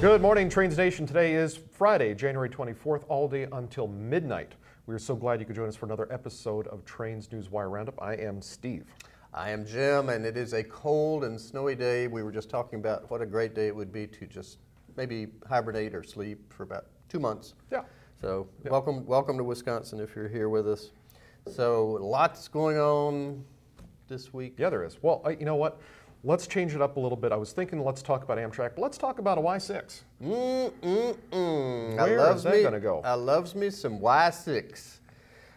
Good morning, Trains Nation. Today is Friday, January 24th, all day until midnight. We're so glad you could join us for another episode of Trains News Wire Roundup. I am Steve. I am Jim, and it is a cold and snowy day. We were just talking about what a great day it would be to just maybe hibernate or sleep for about two months. Yeah. So welcome, welcome to Wisconsin if you're here with us. So lots going on this week. Yeah, there is. Well, I, you know what? Let's change it up a little bit. I was thinking let's talk about Amtrak, but let's talk about a Y6. Mm, mm, mm. Where I loves is that me, gonna go? I loves me some Y6.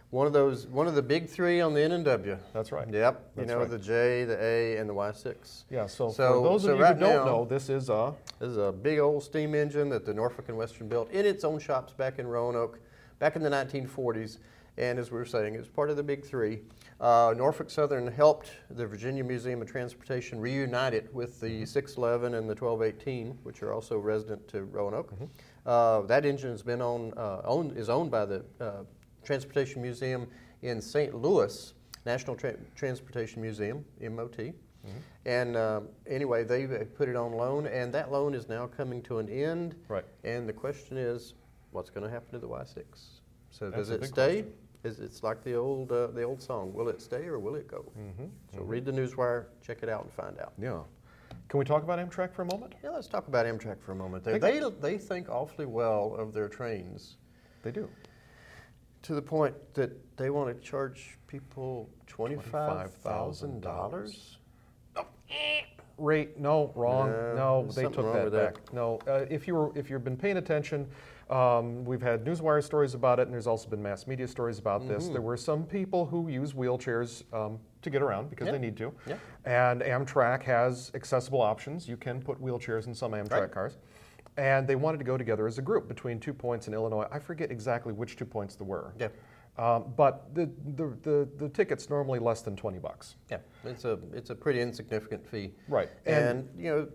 One of those, one of the big three on the N and W. That's right. Yep. That's you know right. the J, the A, and the Y6. Yeah, so, So- for those so of you right who don't now- know, this is a. This is a big old steam engine that the Norfolk and Western built in its own shops back in Roanoke, back in the 1940s. And as we were saying, it was part of the big three. Uh, Norfolk Southern helped the Virginia Museum of Transportation reunite it with the 611 and the 1218, which are also resident to Roanoke. Uh, that engine has been on, uh, owned, is owned by the uh, Transportation Museum in St. Louis, National Tra- Transportation Museum, MOT. And uh, anyway, they uh, put it on loan, and that loan is now coming to an end. Right. And the question is, what's going to happen to the Y6? So That's does a it big stay? Is it's like the old uh, the old song? Will it stay or will it go? Mm-hmm. So read the newswire, check it out, and find out. Yeah. Can we talk about Amtrak for a moment? Yeah, let's talk about Amtrak for a moment. They Think- they, they think awfully well of their trains, They do. to the point that they want to charge people twenty five thousand dollars. rate. No, wrong. Yeah, no, there's they something took wrong that with that. back. No, uh, if you were, if you've been paying attention, um, we've had newswire stories about it, and there's also been mass media stories about Mm-hmm. this. There were some people who use wheelchairs um, to get around because Yeah. they need to, Yeah. and Amtrak has accessible options. You can put wheelchairs in some Amtrak Right. cars. And they wanted to go together as a group between two points in Illinois. I forget exactly which two points there were. Yeah. Um, but the, the, the, the ticket's normally less than 20 bucks. Yeah, it's a it's a pretty insignificant fee. Right, and- and, you know,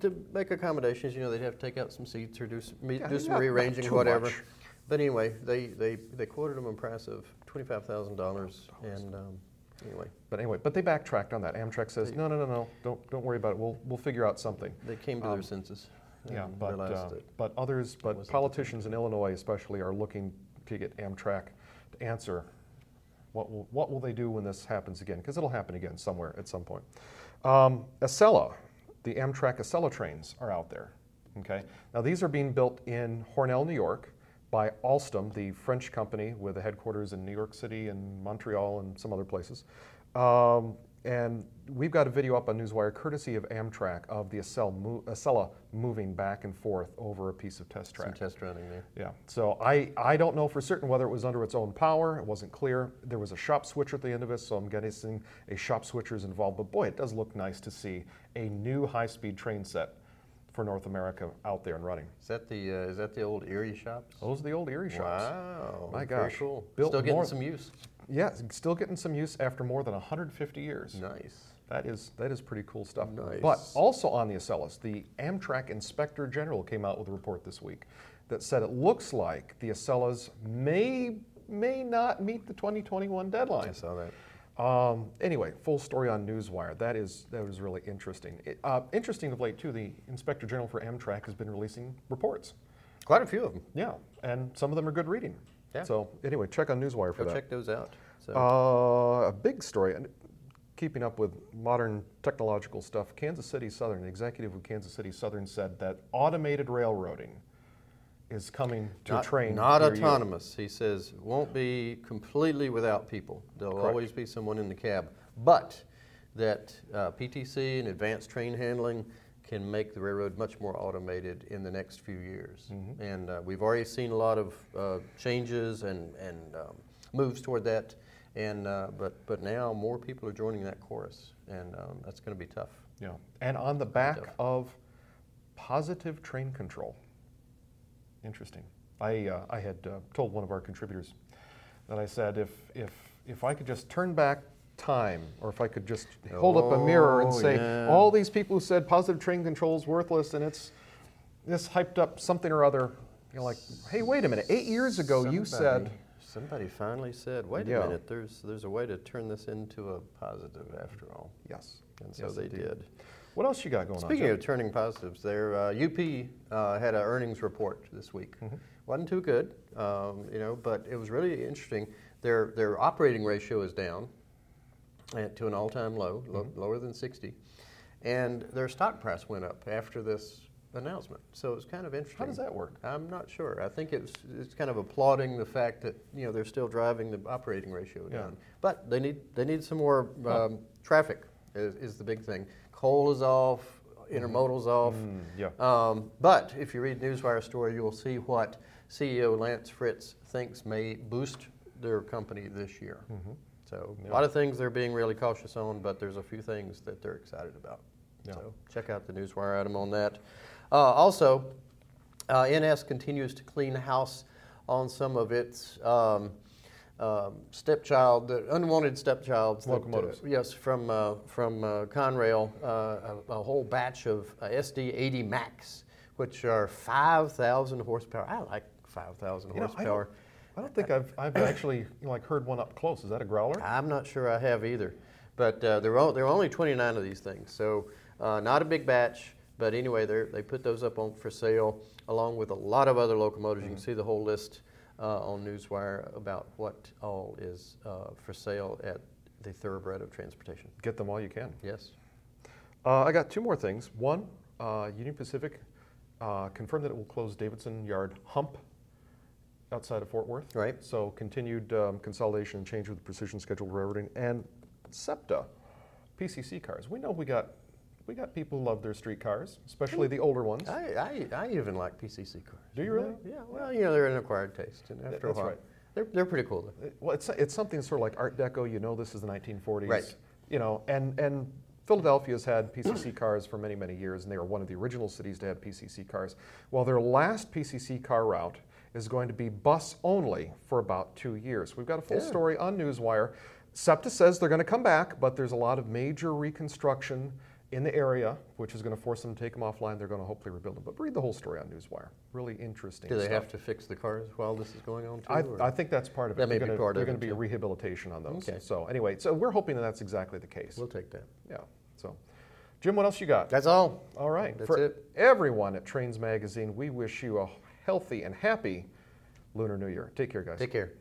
to make accommodations, you know, they'd have to take out some seats or do some, me- Yeah, do some not- not rearranging, too whatever. much. But anyway, they they they quoted them a price of twenty five thousand dollars, and um, anyway, But anyway, but they backtracked on that. Amtrak says, no, no, no, no, don't, don't worry about it. We'll, we'll figure out something. they came to their senses. Um, Yeah, and but, realized uh, that- but others, but politicians in Illinois especially are looking to get Amtrak to answer what will, what will they do when this happens again? Because it'll happen again somewhere at some point. Um, Acela, the Amtrak Acela trains are out there. Okay, now these are being built in Hornell, New York, by Alstom, the French company with the headquarters in New York City and Montreal and some other places. Um, and we've got a video up on Newswire, courtesy of Amtrak, of the Acela, mo- Acela moving back and forth over a piece of test track. some test running there. Yeah, so I, I don't know for certain whether it was under its own power. It wasn't clear. There was a shop switcher at the end of it, so I'm guessing a shop switcher is involved. But boy, it does look nice to see a new high speed train set for North America out there and running. Is that the uh, is that the old Erie shops? Those are the old Erie shops. Wow, My very gosh. cool. Built Still getting more- some use. Yeah, it's still getting some use after more than 150 years. Nice. That is that is pretty cool stuff. But Nice. also on the Acellus, the Amtrak Inspector General came out with a report this week that said it looks like the Acellus may may not meet the 2021 deadline. I saw that. Um, anyway, full story on Newswire. That is that is really interesting. It, uh, interesting of late too. The Inspector General for Amtrak has been releasing reports. Quite a few of them. Yeah, and some of them are good reading. Yeah. So anyway, check on Newswire for Go that. check those out. So Uh, a big story, and keeping up with modern technological stuff, Kansas City Southern, the executive of Kansas City Southern said that automated railroading is coming to not, a train. Not near you. autonomous. He says won't be completely without people. There'll Correct. always be someone in the cab, but that uh, PTC and advanced train handling can make the railroad much more automated in the next few years. Mm-hmm. And uh, we've already seen a lot of uh, changes and and um, moves toward that. And uh, but but now more people are joining that chorus, and um, that's going to be tough. Yeah, and on the back Stuff. of positive train control. Interesting. I, uh, I had uh, told one of our contributors that I said if, if, if I could just turn back time, or if I could just hold up a mirror and Oh, say, yeah. all these people who said positive train control is worthless and it's this hyped up something or other, you're like, hey, wait a minute. Eight years ago, you said. Somebody- Somebody finally said, "Wait Yeah. a minute, there's there's a way to turn this into a positive after all," Yes. and so Yes, they indeed. did. What else you got going Speaking on? of turning positives, there uh, UP uh, had an earnings report this week. Mm-hmm. wasn't too good, um, you know, but it was really interesting. Their their operating ratio is down at, to an all time low, lo- Mm-hmm. lower than sixty, and their stock price went up after this announcement. So it was kind of interesting. How does that work? I'm not sure. I think it's it's kind of applauding the fact that you know they're still driving the operating ratio Yeah. down, but they need they need some more um, traffic is, is the big thing. Coal is off, intermodal's off. Mm, yeah. Um, but if you read Newswire story, you'll see what CEO Lance Fritz thinks may boost their company this year. Mm-hmm. So a lot of things they're being really cautious on, but there's a few things that they're excited about. Yeah. So check out the Newswire item on that. Uh, also, uh, NS continues to clean house on some of its um, um, stepchild, the unwanted stepchilds. that, uh, Locomotives. yes, from uh, from uh, Conrail, uh, a, a whole batch of uh, SD80 Max, which are 5,000 horsepower. I like 5,000 You know, I, horsepower. don't, I Uh, don't think I've, I've actually like heard one up close. Is that a growler? I'm not sure I have either, but uh, there, are, there are only 29 of these things, so uh, not a big batch. But anyway, they they put those up on for sale along with a lot of other locomotives. You can Mm-hmm. see the whole list uh, on Newswire about what all is uh, for sale at the thoroughbred of transportation. Get them while you can. Yes. Uh, I got two more things. One, uh, Union Pacific uh, confirmed that it will close Davidson Yard Hump outside of Fort Worth. Right. So continued um, consolidation and change with the precision scheduled railroading and SEPTA PCC cars. We know we got we got people who love their street cars, especially the older ones. I, I, I even like PCC cars. Do you really? Yeah. Well, you know they're an acquired taste, and after that's a while, right. they're they're pretty cool. Though. It- well, it's it's something sort of like Art Deco. You know, this is the 1940s. Right. You know, and and Philadelphia's had PCC cars for many many years, and they were one of the original cities to have PCC cars. Well, their last PCC car route is going to be bus only for about two years. We've got a full Yeah. story on Newswire. SEPTA says they're going to come back, but there's a lot of major reconstruction in the area, which is going to force them to take them offline. They're going to hopefully rebuild them. But read the whole story on Newswire. Really interesting. Do they stuff. have to fix the cars while this is going on too? I, or- I think that's part of it. That may They're be gonna- part of They're going it, to be yeah. rehabilitation on those. Okay. So anyway, so we're hoping that that's exactly the case. we'll take that. Yeah. So, Jim, what else you got? That's all. All right. That's For it. everyone at Trains Magazine, we wish you a healthy and happy Lunar New Year. Take care, guys. Take care.